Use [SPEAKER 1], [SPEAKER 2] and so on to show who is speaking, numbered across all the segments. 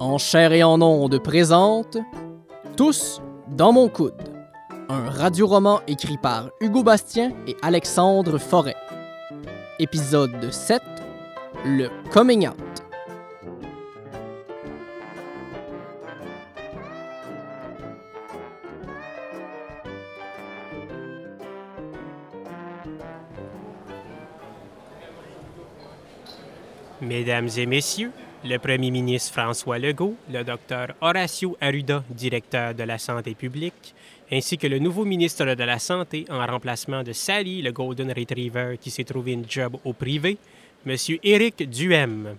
[SPEAKER 1] en chair et en onde présente Tous dans mon coude, un radioroman écrit par Hugo Bastien et Alexandre Forêt. Épisode 7 Le coming out.
[SPEAKER 2] Mesdames et messieurs, le premier ministre François Legault, le docteur Horacio Arruda, directeur de la santé publique, ainsi que le nouveau ministre de la Santé en remplacement de Sally, le Golden Retriever qui s'est trouvé une job au privé, M. Éric Duhem.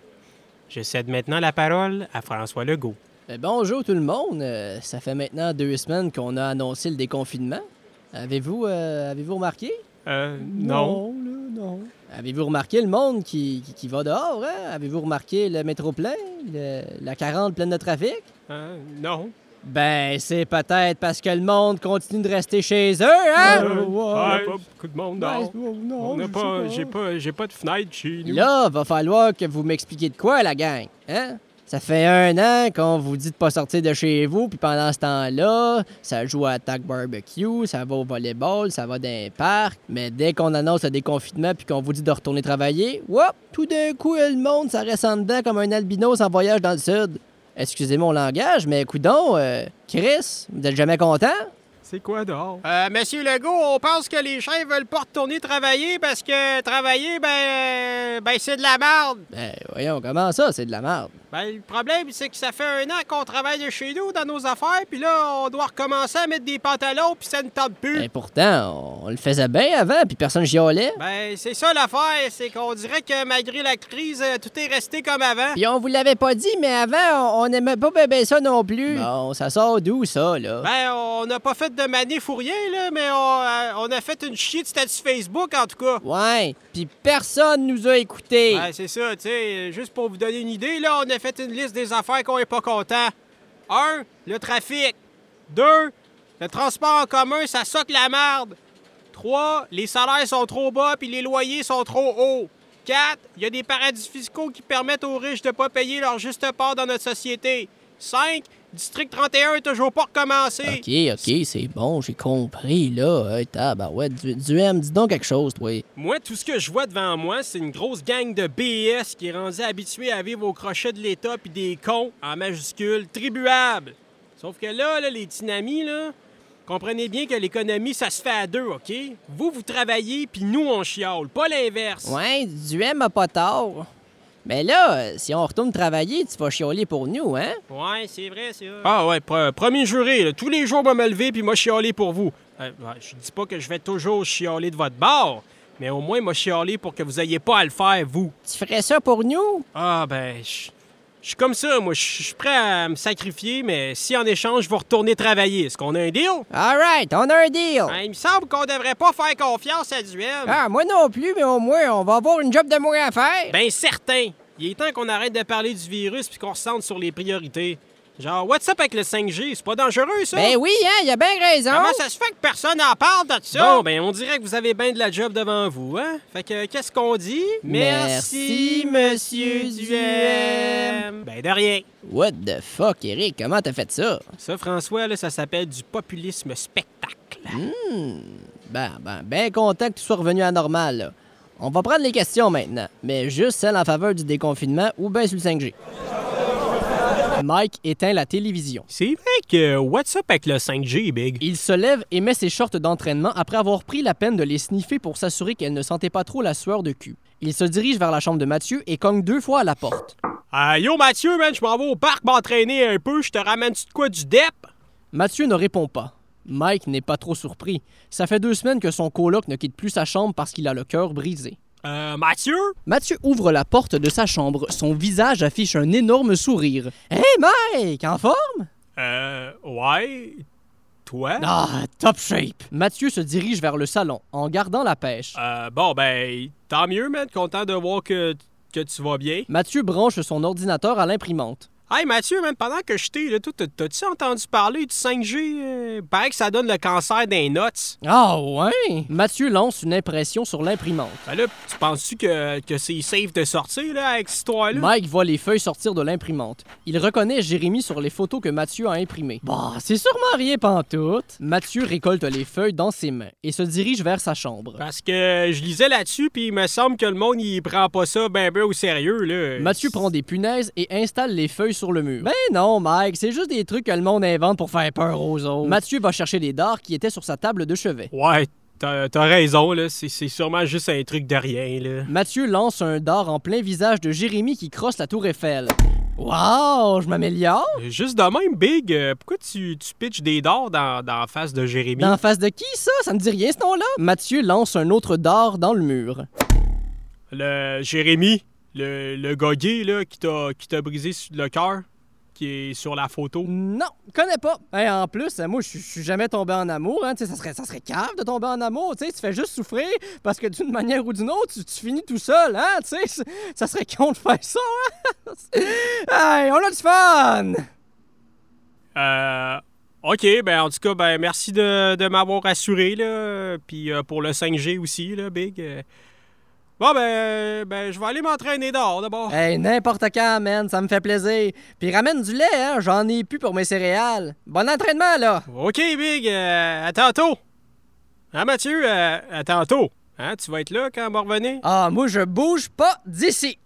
[SPEAKER 2] Je cède maintenant la parole à François Legault.
[SPEAKER 1] Euh, bonjour tout le monde. Euh, ça fait maintenant deux semaines qu'on a annoncé le déconfinement. Avez-vous euh, avez-vous remarqué?
[SPEAKER 2] Euh,
[SPEAKER 1] Non,
[SPEAKER 2] non.
[SPEAKER 1] là, non. Avez-vous remarqué le monde qui, qui, qui va dehors? hein? Avez-vous remarqué le métro plein? le- la 40 pleine de trafic?
[SPEAKER 2] Euh, non.
[SPEAKER 1] Ben, c'est peut-être parce que le monde continue de rester chez eux, hein?
[SPEAKER 2] Euh, ah,
[SPEAKER 1] Ouais.
[SPEAKER 2] pas beaucoup de monde, non. On n'a pas- j'ai pas, j'ai pas de fenêtre chez nous.
[SPEAKER 1] Là, va falloir que vous m'expliquiez de quoi, la gang, hein? Ça fait un an qu'on vous dit de pas sortir de chez vous, puis pendant ce temps-là, ça joue à Tac Barbecue, ça va au volleyball, ça va dans un parc. Mais dès qu'on annonce le déconfinement puis qu'on vous dit de retourner travailler, hop, tout d'un coup, le monde, ça reste en dedans comme un albinos en voyage dans le sud. Excusez mon langage, mais coudon, euh, Chris, vous êtes jamais content?
[SPEAKER 2] C'est quoi dehors? Euh, Monsieur Legault, on pense que les gens veulent pas retourner travailler parce que travailler, ben, euh, ben c'est de la merde.
[SPEAKER 1] Ben, voyons, comment ça, c'est de la merde?
[SPEAKER 2] Ben, le problème, c'est que ça fait un an qu'on travaille de chez nous dans nos affaires, puis là, on doit recommencer à mettre des pantalons, puis ça ne tente plus.
[SPEAKER 1] Ben, pourtant, on, on le faisait bien avant, puis personne chiolait.
[SPEAKER 2] Ben, c'est ça l'affaire, c'est qu'on dirait que malgré la crise, euh, tout est resté comme avant.
[SPEAKER 1] Puis on vous l'avait pas dit, mais avant, on on aimait pas bébé ça non plus. Bon, ça sort d'où, ça, là?
[SPEAKER 2] Ben, on n'a pas fait de manif ou rien, là, mais on, euh, on a fait une chier de statut Facebook, en tout cas.
[SPEAKER 1] Ouais, puis personne nous a écoutés.
[SPEAKER 2] Ouais, c'est ça, tu sais, euh, juste pour vous donner une idée, là, on a fait une liste des affaires qu'on n'est pas content. Un, le trafic. Deux, le transport en commun, ça soque la merde. Trois, les salaires sont trop bas puis les loyers sont trop hauts. Quatre, il y a des paradis fiscaux qui permettent aux riches de pas payer leur juste part dans notre société. Cinq, District 31 est toujours pas recommencé.
[SPEAKER 1] OK, OK, c'est bon, j'ai compris, là. Hey, tabarouette, du, du M, dis donc quelque chose, toi.
[SPEAKER 2] Moi, tout ce que je vois devant moi, c'est une grosse gang de BS qui est rendue habituée à vivre au crochet de l'État puis des cons, en majuscule, tribuables. Sauf que là, là, les dynamis, là, comprenez bien que l'économie, ça se fait à deux, OK? Vous, vous travaillez, puis nous, on chiale, pas l'inverse.
[SPEAKER 1] Ouais, du M a pas tort. Mais là, euh, si on retourne travailler, tu vas chioler pour nous, hein?
[SPEAKER 2] Ouais, c'est vrai, c'est vrai. Ah ouais, pr- premier juré, là, tous les jours, va me lever puis m'a chialé pour vous. Euh, ouais, je dis pas que je vais toujours chialer de votre bord, mais au moins m'a chialé pour que vous ayez pas à le faire, vous.
[SPEAKER 1] Tu ferais ça pour nous?
[SPEAKER 2] Ah ben, je je suis comme ça, moi. Je je suis prêt à me sacrifier, mais si en échange, je vais retourner travailler. Est-ce qu'on a un deal? Hein,
[SPEAKER 1] All right, on a un deal.
[SPEAKER 2] il me semble qu'on devrait pas faire confiance à Duhem.
[SPEAKER 1] Ah, moi non plus, mais au moins, on va avoir une job de moins à faire.
[SPEAKER 2] Ben certain! Il est temps qu'on arrête de parler du virus puis qu'on se centre sur les priorités. Genre, what's up avec le 5G? C'est pas dangereux, ça?
[SPEAKER 1] Ben oui, hein, il a bien raison.
[SPEAKER 2] Comment ça se fait que personne n'en parle de ça? Bon, ben, on dirait que vous avez bien de la job devant vous, hein? Fait que, qu'est-ce qu'on dit?
[SPEAKER 1] Merci, Monsieur Duhem.
[SPEAKER 2] Ben, de rien.
[SPEAKER 1] What the fuck, Eric? Comment t'as fait ça?
[SPEAKER 2] Ça, François, là, ça s'appelle du populisme spectacle.
[SPEAKER 1] Ben, ben, ben content que tu sois revenu à normal, là. On va prendre les questions maintenant, mais juste celles en faveur du déconfinement ou bien sur le 5G. Mike éteint la télévision.
[SPEAKER 2] C'est vrai que What's up avec le 5G, Big?
[SPEAKER 1] Il se lève et met ses shorts d'entraînement après avoir pris la peine de les sniffer pour s'assurer qu'elle ne sentait pas trop la sueur de cul. Il se dirige vers la chambre de Mathieu et cogne deux fois à la porte.
[SPEAKER 2] Ah, yo, Mathieu, man, je m'en vais au parc m'entraîner un peu. Je te ramène-tu de quoi du DEP?
[SPEAKER 1] Mathieu ne répond pas. Mike n'est pas trop surpris. Ça fait deux semaines que son coloc ne quitte plus sa chambre parce qu'il a le cœur brisé.
[SPEAKER 2] Euh, Mathieu?
[SPEAKER 1] Mathieu ouvre la porte de sa chambre. Son visage affiche un énorme sourire. Hé Mike, en forme?
[SPEAKER 2] Euh, ouais. Toi?
[SPEAKER 1] Ah, top shape! Mathieu se dirige vers le salon en gardant la pêche.
[SPEAKER 2] Euh, bon, ben, tant mieux, man. Content de voir que, que tu vas bien.
[SPEAKER 1] Mathieu branche son ordinateur à l'imprimante.
[SPEAKER 2] Hey Mathieu, même pendant que je t'ai, là, toi, t'as- t'as-tu entendu parler du 5G? Euh, paraît que ça donne le cancer des notes.
[SPEAKER 1] Ah ouais? Mathieu lance une impression sur l'imprimante.
[SPEAKER 2] Ben là, tu penses-tu que, que c'est safe de sortir là, avec cette histoire-là?
[SPEAKER 1] Mike voit les feuilles sortir de l'imprimante. Il reconnaît Jérémy sur les photos que Mathieu a imprimées. Bah, c'est sûrement rien pantoute. Mathieu récolte les feuilles dans ses mains et se dirige vers sa chambre.
[SPEAKER 2] Parce que je lisais là-dessus, puis il me semble que le monde, il prend pas ça ben ben au sérieux, là.
[SPEAKER 1] Mathieu prend des punaises et installe les feuilles sur le mur. Ben non, Mike, c'est juste des trucs que le monde invente pour faire peur aux autres. Mathieu va chercher des dards qui étaient sur sa table de chevet.
[SPEAKER 2] Ouais, t'as t'as raison, là. C'est- C'est sûrement juste un truc de rien, là.
[SPEAKER 1] Mathieu lance un dard en plein visage de Jérémy qui crosse la tour Eiffel. Wow, je m'améliore?
[SPEAKER 2] Euh, Juste de même, Big, euh, pourquoi tu, tu pitches des dards dans, dans la face de Jérémy?
[SPEAKER 1] D'en face de qui, ça? Ça me dit rien, ce nom-là? Mathieu lance un autre dard dans le mur.
[SPEAKER 2] Le Jérémy, le, le gars gay, là, qui t'a qui t'a brisé sur le cœur, qui est sur la photo.
[SPEAKER 1] Non, connais pas. Hey, en plus, euh, moi, je suis- je suis jamais tombé en amour. Hein. tu sais, Ça, serait, ça serait cave de tomber en amour. tu sais, Tu fais juste souffrir parce que d'une manière ou d'une autre, tu, tu finis tout seul. Hein. tu sais, c- Ça serait con de faire ça. hein. hey, on a du fun!
[SPEAKER 2] Euh, OK, ben en tout cas, ben merci de, de m'avoir rassuré, là. Puis euh, pour le 5G aussi, là, Big. Euh, Bon, ben, ben je vais aller m'entraîner dehors, d'abord.
[SPEAKER 1] Hey, n'importe quand, man, ça me fait plaisir. Puis ramène du lait, hein, j'en ai plus pour mes céréales. Bon entraînement, là!
[SPEAKER 2] OK, Big, euh, à tantôt. Hein, Mathieu, euh, à tantôt. Hein, tu vas être là quand on va revenir?
[SPEAKER 1] Ah, moi, je bouge pas d'ici!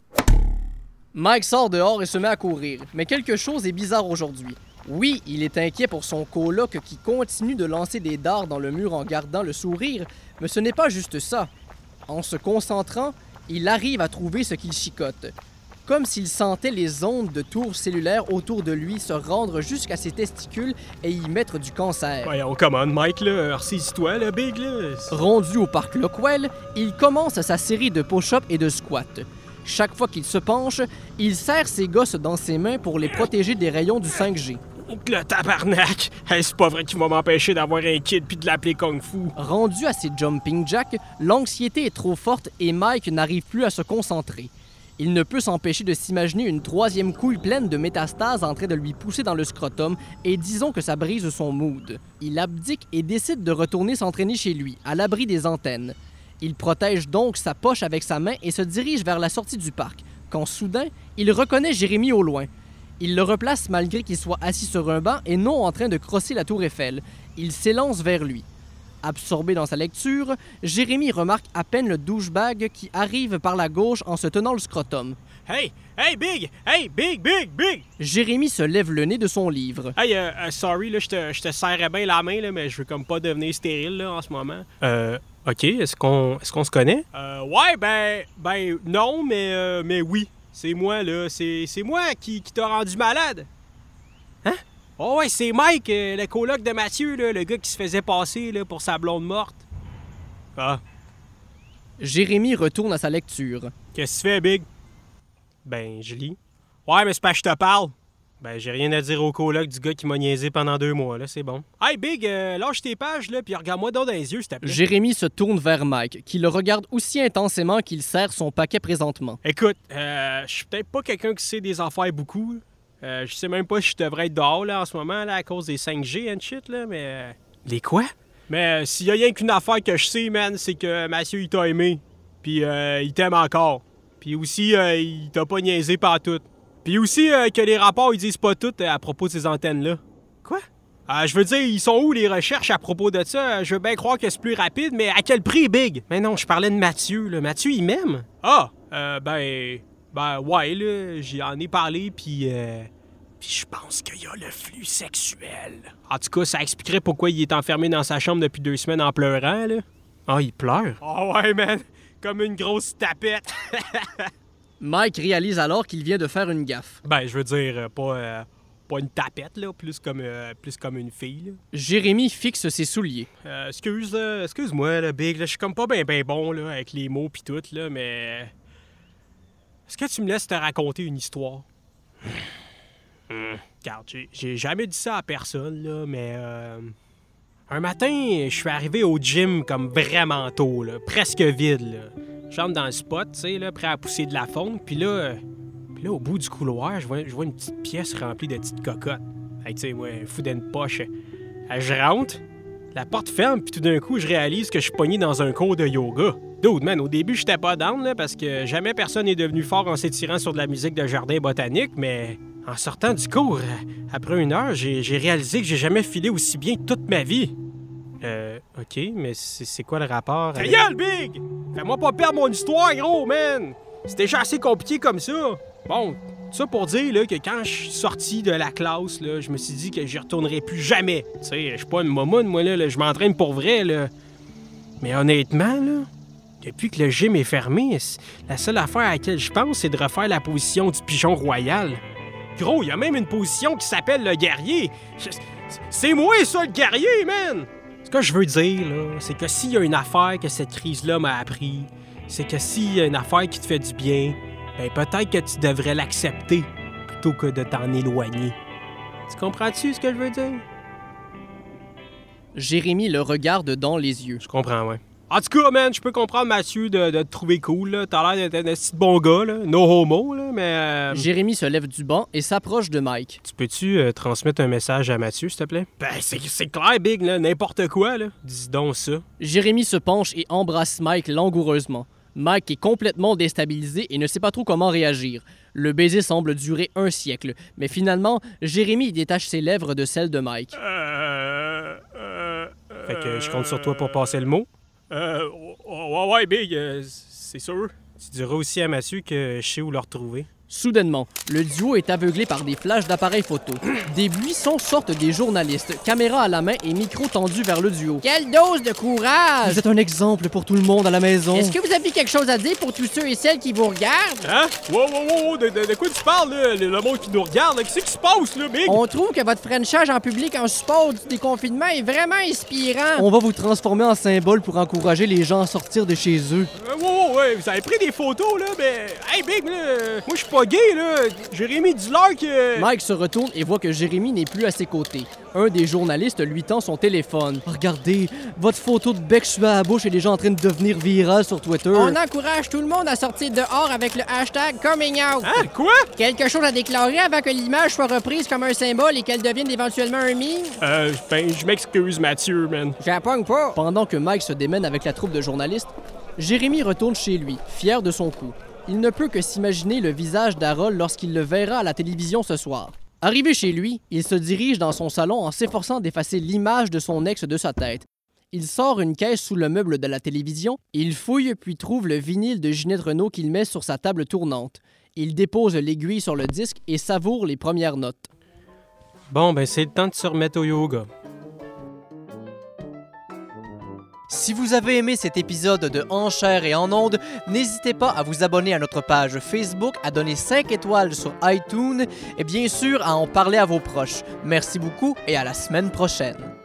[SPEAKER 1] Mike sort dehors et se met à courir. Mais quelque chose est bizarre aujourd'hui. Oui, il est inquiet pour son coloc qui continue de lancer des dards dans le mur en gardant le sourire, mais ce n'est pas juste ça. En se concentrant, il arrive à trouver ce qu'il chicote. Comme s'il sentait les ondes de tours cellulaires autour de lui se rendre jusqu'à ses testicules et y mettre du cancer.
[SPEAKER 2] Ouais, on commande, Mike, là. Ressaisis-toi, là, Big, là.
[SPEAKER 1] Rendu au parc Lockwell, il commence sa série de push-ups et de squats. Chaque fois qu'il se penche, il serre ses gosses dans ses mains pour les protéger des rayons du 5G.
[SPEAKER 2] Oh, Le tabarnak! Hey, c'est pas vrai qu'il va m'empêcher d'avoir un kid puis de l'appeler Kung Fu.
[SPEAKER 1] Rendu à ses jumping jacks, l'anxiété est trop forte et Mike n'arrive plus à se concentrer. Il ne peut s'empêcher de s'imaginer une troisième couille pleine de métastases en train de lui pousser dans le scrotum et disons que ça brise son mood. Il abdique et décide de retourner s'entraîner chez lui, à l'abri des antennes. Il protège donc sa poche avec sa main et se dirige vers la sortie du parc, quand soudain, il reconnaît Jérémy au loin. Il le replace malgré qu'il soit assis sur un banc et non en train de crosser la tour Eiffel. Il s'élance vers lui. Absorbé dans sa lecture, Jérémy remarque à peine le douchebag qui arrive par la gauche en se tenant le scrotum.
[SPEAKER 2] Hey! Hey, Big! Hey, Big, Big, Big!
[SPEAKER 1] Jérémy se lève le nez de son livre.
[SPEAKER 2] Hey, euh, euh, sorry, là, je te, je te serrais bien la main, là, mais je veux comme pas devenir stérile, là, en ce moment. Euh, OK, est-ce qu'on est qu'on se connaît? Euh, ouais, ben, ben, non, mais, euh, mais oui. C'est moi, là, c'est c'est moi qui, qui t'a rendu malade. Hein? Oh ouais, c'est Mike, euh, le coloc de Mathieu, là, le gars qui se faisait passer, là, pour sa blonde morte. Ah,
[SPEAKER 1] Jérémy retourne à sa lecture.
[SPEAKER 2] Qu'est-ce que tu fais, Big? Ben, je lis. Ouais, mais c'est pas que je te parle. Ben, j'ai rien à dire au coloc du gars qui m'a niaisé pendant deux mois, là, c'est bon. Hey, Big, euh, lâche tes pages, là, puis regarde-moi donc dans les yeux, s'il te plaît.
[SPEAKER 1] Jérémy se tourne vers Mike, qui le regarde aussi intensément qu'il serre son paquet présentement.
[SPEAKER 2] Écoute, euh, je suis peut-être pas quelqu'un qui sait des affaires beaucoup. Euh, je sais même pas si je devrais être dehors, là, en ce moment, là, à cause des 5G and shit, là, mais... euh, Les quoi? Mais euh, s'il y a rien qu'une affaire que je sais, man, c'est que Mathieu, il t'a aimé. Puis euh, il t'aime encore. Puis aussi, euh, il t'a pas niaisé par tout. Puis aussi, euh, que les rapports, ils disent pas tout euh, à propos de ces antennes-là. Quoi? Euh, je veux dire, ils sont où les recherches à propos de ça? Euh, Je veux bien croire que c'est plus rapide, mais à quel prix, Big? Mais non, je parlais de Mathieu, là. Mathieu, il m'aime? Ah, euh, ben... Ben, ouais, là, j'en ai parlé, puis... euh, puis je pense qu'il y a le flux sexuel. En tout cas, ça expliquerait pourquoi il est enfermé dans sa chambre depuis deux semaines en pleurant, là. Ah, il pleure? Ah ouais, man! Comme une grosse tapette!
[SPEAKER 1] Mike réalise alors qu'il vient de faire une gaffe.
[SPEAKER 2] ben, je veux dire, euh, pas... euh, pas une tapette, là, plus comme, euh, plus comme une fille, là.
[SPEAKER 1] Jérémy fixe ses souliers.
[SPEAKER 2] Euh, excuse, là, excuse-moi, là, Big, là, je suis comme pas ben ben bon, là, avec les mots pis tout, là, mais... Est-ce que tu me laisses te raconter une histoire? Hmm, Regarde, j'ai- j'ai jamais dit ça à personne, là, mais... euh, Un matin, je suis arrivé au gym comme vraiment tôt, là, presque vide, là. J'entre dans le spot, tu sais, là, prêt à pousser de la fonte, puis là... euh, Puis là, au bout du couloir, je vois, je vois une petite pièce remplie de petites cocottes. Hey, tu sais, moi, fou d'une poche. Euh, Je rentre, la porte ferme, puis tout d'un coup, je réalise que je suis pogné dans un cours de yoga. Dude, man, au début, j'étais pas down, là, parce que jamais personne n'est devenu fort en s'étirant sur de la musique de jardin botanique, mais en sortant du cours, euh, après une heure, j'ai j'ai réalisé que j'ai jamais filé aussi bien toute ma vie. Euh, OK, mais c'est c'est quoi le rapport? Ta gueule, Big! Fais-moi pas perdre mon histoire, gros, man! C'est déjà assez compliqué comme ça. Bon, ça pour dire là, que quand je suis sorti de la classe, là, je me suis dit que j'y retournerai plus jamais. Tu sais, je suis pas une momoune, moi, là, là, je m'entraîne pour vrai, là. Mais honnêtement, là, depuis que le gym est fermé, c- la seule affaire à laquelle je pense, c'est de refaire la position du pigeon royal. Gros, il y a même une position qui s'appelle le guerrier. Je- c'est- C'est moi, ça, le guerrier, man! Ce que je veux dire, là, c'est que s'il y a une affaire que cette crise-là m'a appris, c'est que s'il y a une affaire qui te fait du bien, ben peut-être que tu devrais l'accepter plutôt que de t'en éloigner. Tu comprends-tu ce que je veux dire?
[SPEAKER 1] Jérémy le regarde dans les yeux.
[SPEAKER 2] Je comprends, ouais. En tout cas, man, je peux comprendre Mathieu de, de te trouver cool. là. T'as l'air d'être un petit bon gars, là. no homo, là, mais... euh,
[SPEAKER 1] Jérémy se lève du banc et s'approche de Mike.
[SPEAKER 2] Tu peux-tu euh, transmettre un message à Mathieu, s'il te plaît? Ben, c'est c'est clair, Big, là. N'importe quoi, là. Dis donc ça.
[SPEAKER 1] Jérémy se penche et embrasse Mike langoureusement. Mike est complètement déstabilisé et ne sait pas trop comment réagir. Le baiser semble durer un siècle, mais finalement, Jérémy y détache ses lèvres de celles de Mike.
[SPEAKER 2] Fait que je compte sur toi pour passer le mot. Euh, ouais, ouais, Big, euh, c'est sûr. Tu diras aussi à Mathieu que je sais où le retrouver.
[SPEAKER 1] Soudainement, le duo est aveuglé par des flashs d'appareils photo. Des buissons sortent des journalistes, caméra à la main et micro tendu vers le duo.
[SPEAKER 3] Quelle dose de
[SPEAKER 1] Vous
[SPEAKER 3] courage!
[SPEAKER 1] êtes un exemple pour tout le monde à la maison.
[SPEAKER 3] Est-ce que vous avez quelque chose à dire pour tous ceux et celles qui vous regardent?
[SPEAKER 2] Hein? Wow, wow, wow, wow, de, de- de quoi tu parles, là? Le, le monde qui nous regarde, là? Qu'est-ce qui se passe, là, Big?
[SPEAKER 3] On trouve que votre Frenchage en public en support du déconfinement est vraiment inspirant.
[SPEAKER 1] On va vous transformer en symbole pour encourager les gens à sortir de chez eux.
[SPEAKER 2] Euh, wow, wow, ouais, vous avez pris des photos, là, mais... Hey, Big, là, euh, moi, je suis pas gay, là. Jérémy euh, Dillard que...
[SPEAKER 1] Mike se retourne et voit que Jérémy n'est plus à ses côtés. Un des journalistes lui tend son téléphone. Regardez, votre photo de bec suant à la bouche est déjà en train de devenir virale sur Twitter.
[SPEAKER 3] On encourage tout le monde à sortir dehors avec le hashtag coming out.
[SPEAKER 2] Hein? Quoi?
[SPEAKER 3] Quelque chose à déclarer avant que l'image soit reprise comme un symbole et qu'elle devienne éventuellement un mime?
[SPEAKER 2] Euh, ben, je m'excuse, Mathieu, man.
[SPEAKER 3] J'appogne pas.
[SPEAKER 1] Pendant que Mike se démène avec la troupe de journalistes, Jérémy retourne chez lui, fier de son coup. Il ne peut que s'imaginer le visage d'Harold lorsqu'il le verra à la télévision ce soir. Arrivé chez lui, il se dirige dans son salon en s'efforçant d'effacer l'image de son ex de sa tête. Il sort une caisse sous le meuble de la télévision, il fouille puis trouve le vinyle de Ginette Renault qu'il met sur sa table tournante. Il dépose l'aiguille sur le disque et savoure les premières notes.
[SPEAKER 2] Bon, ben, c'est le temps de se remettre au yoga.
[SPEAKER 4] Si vous avez aimé cet épisode de En chair et en onde, n'hésitez pas à vous abonner à notre page Facebook, à donner 5 étoiles sur iTunes et bien sûr à en parler à vos proches. Merci beaucoup et à la semaine prochaine.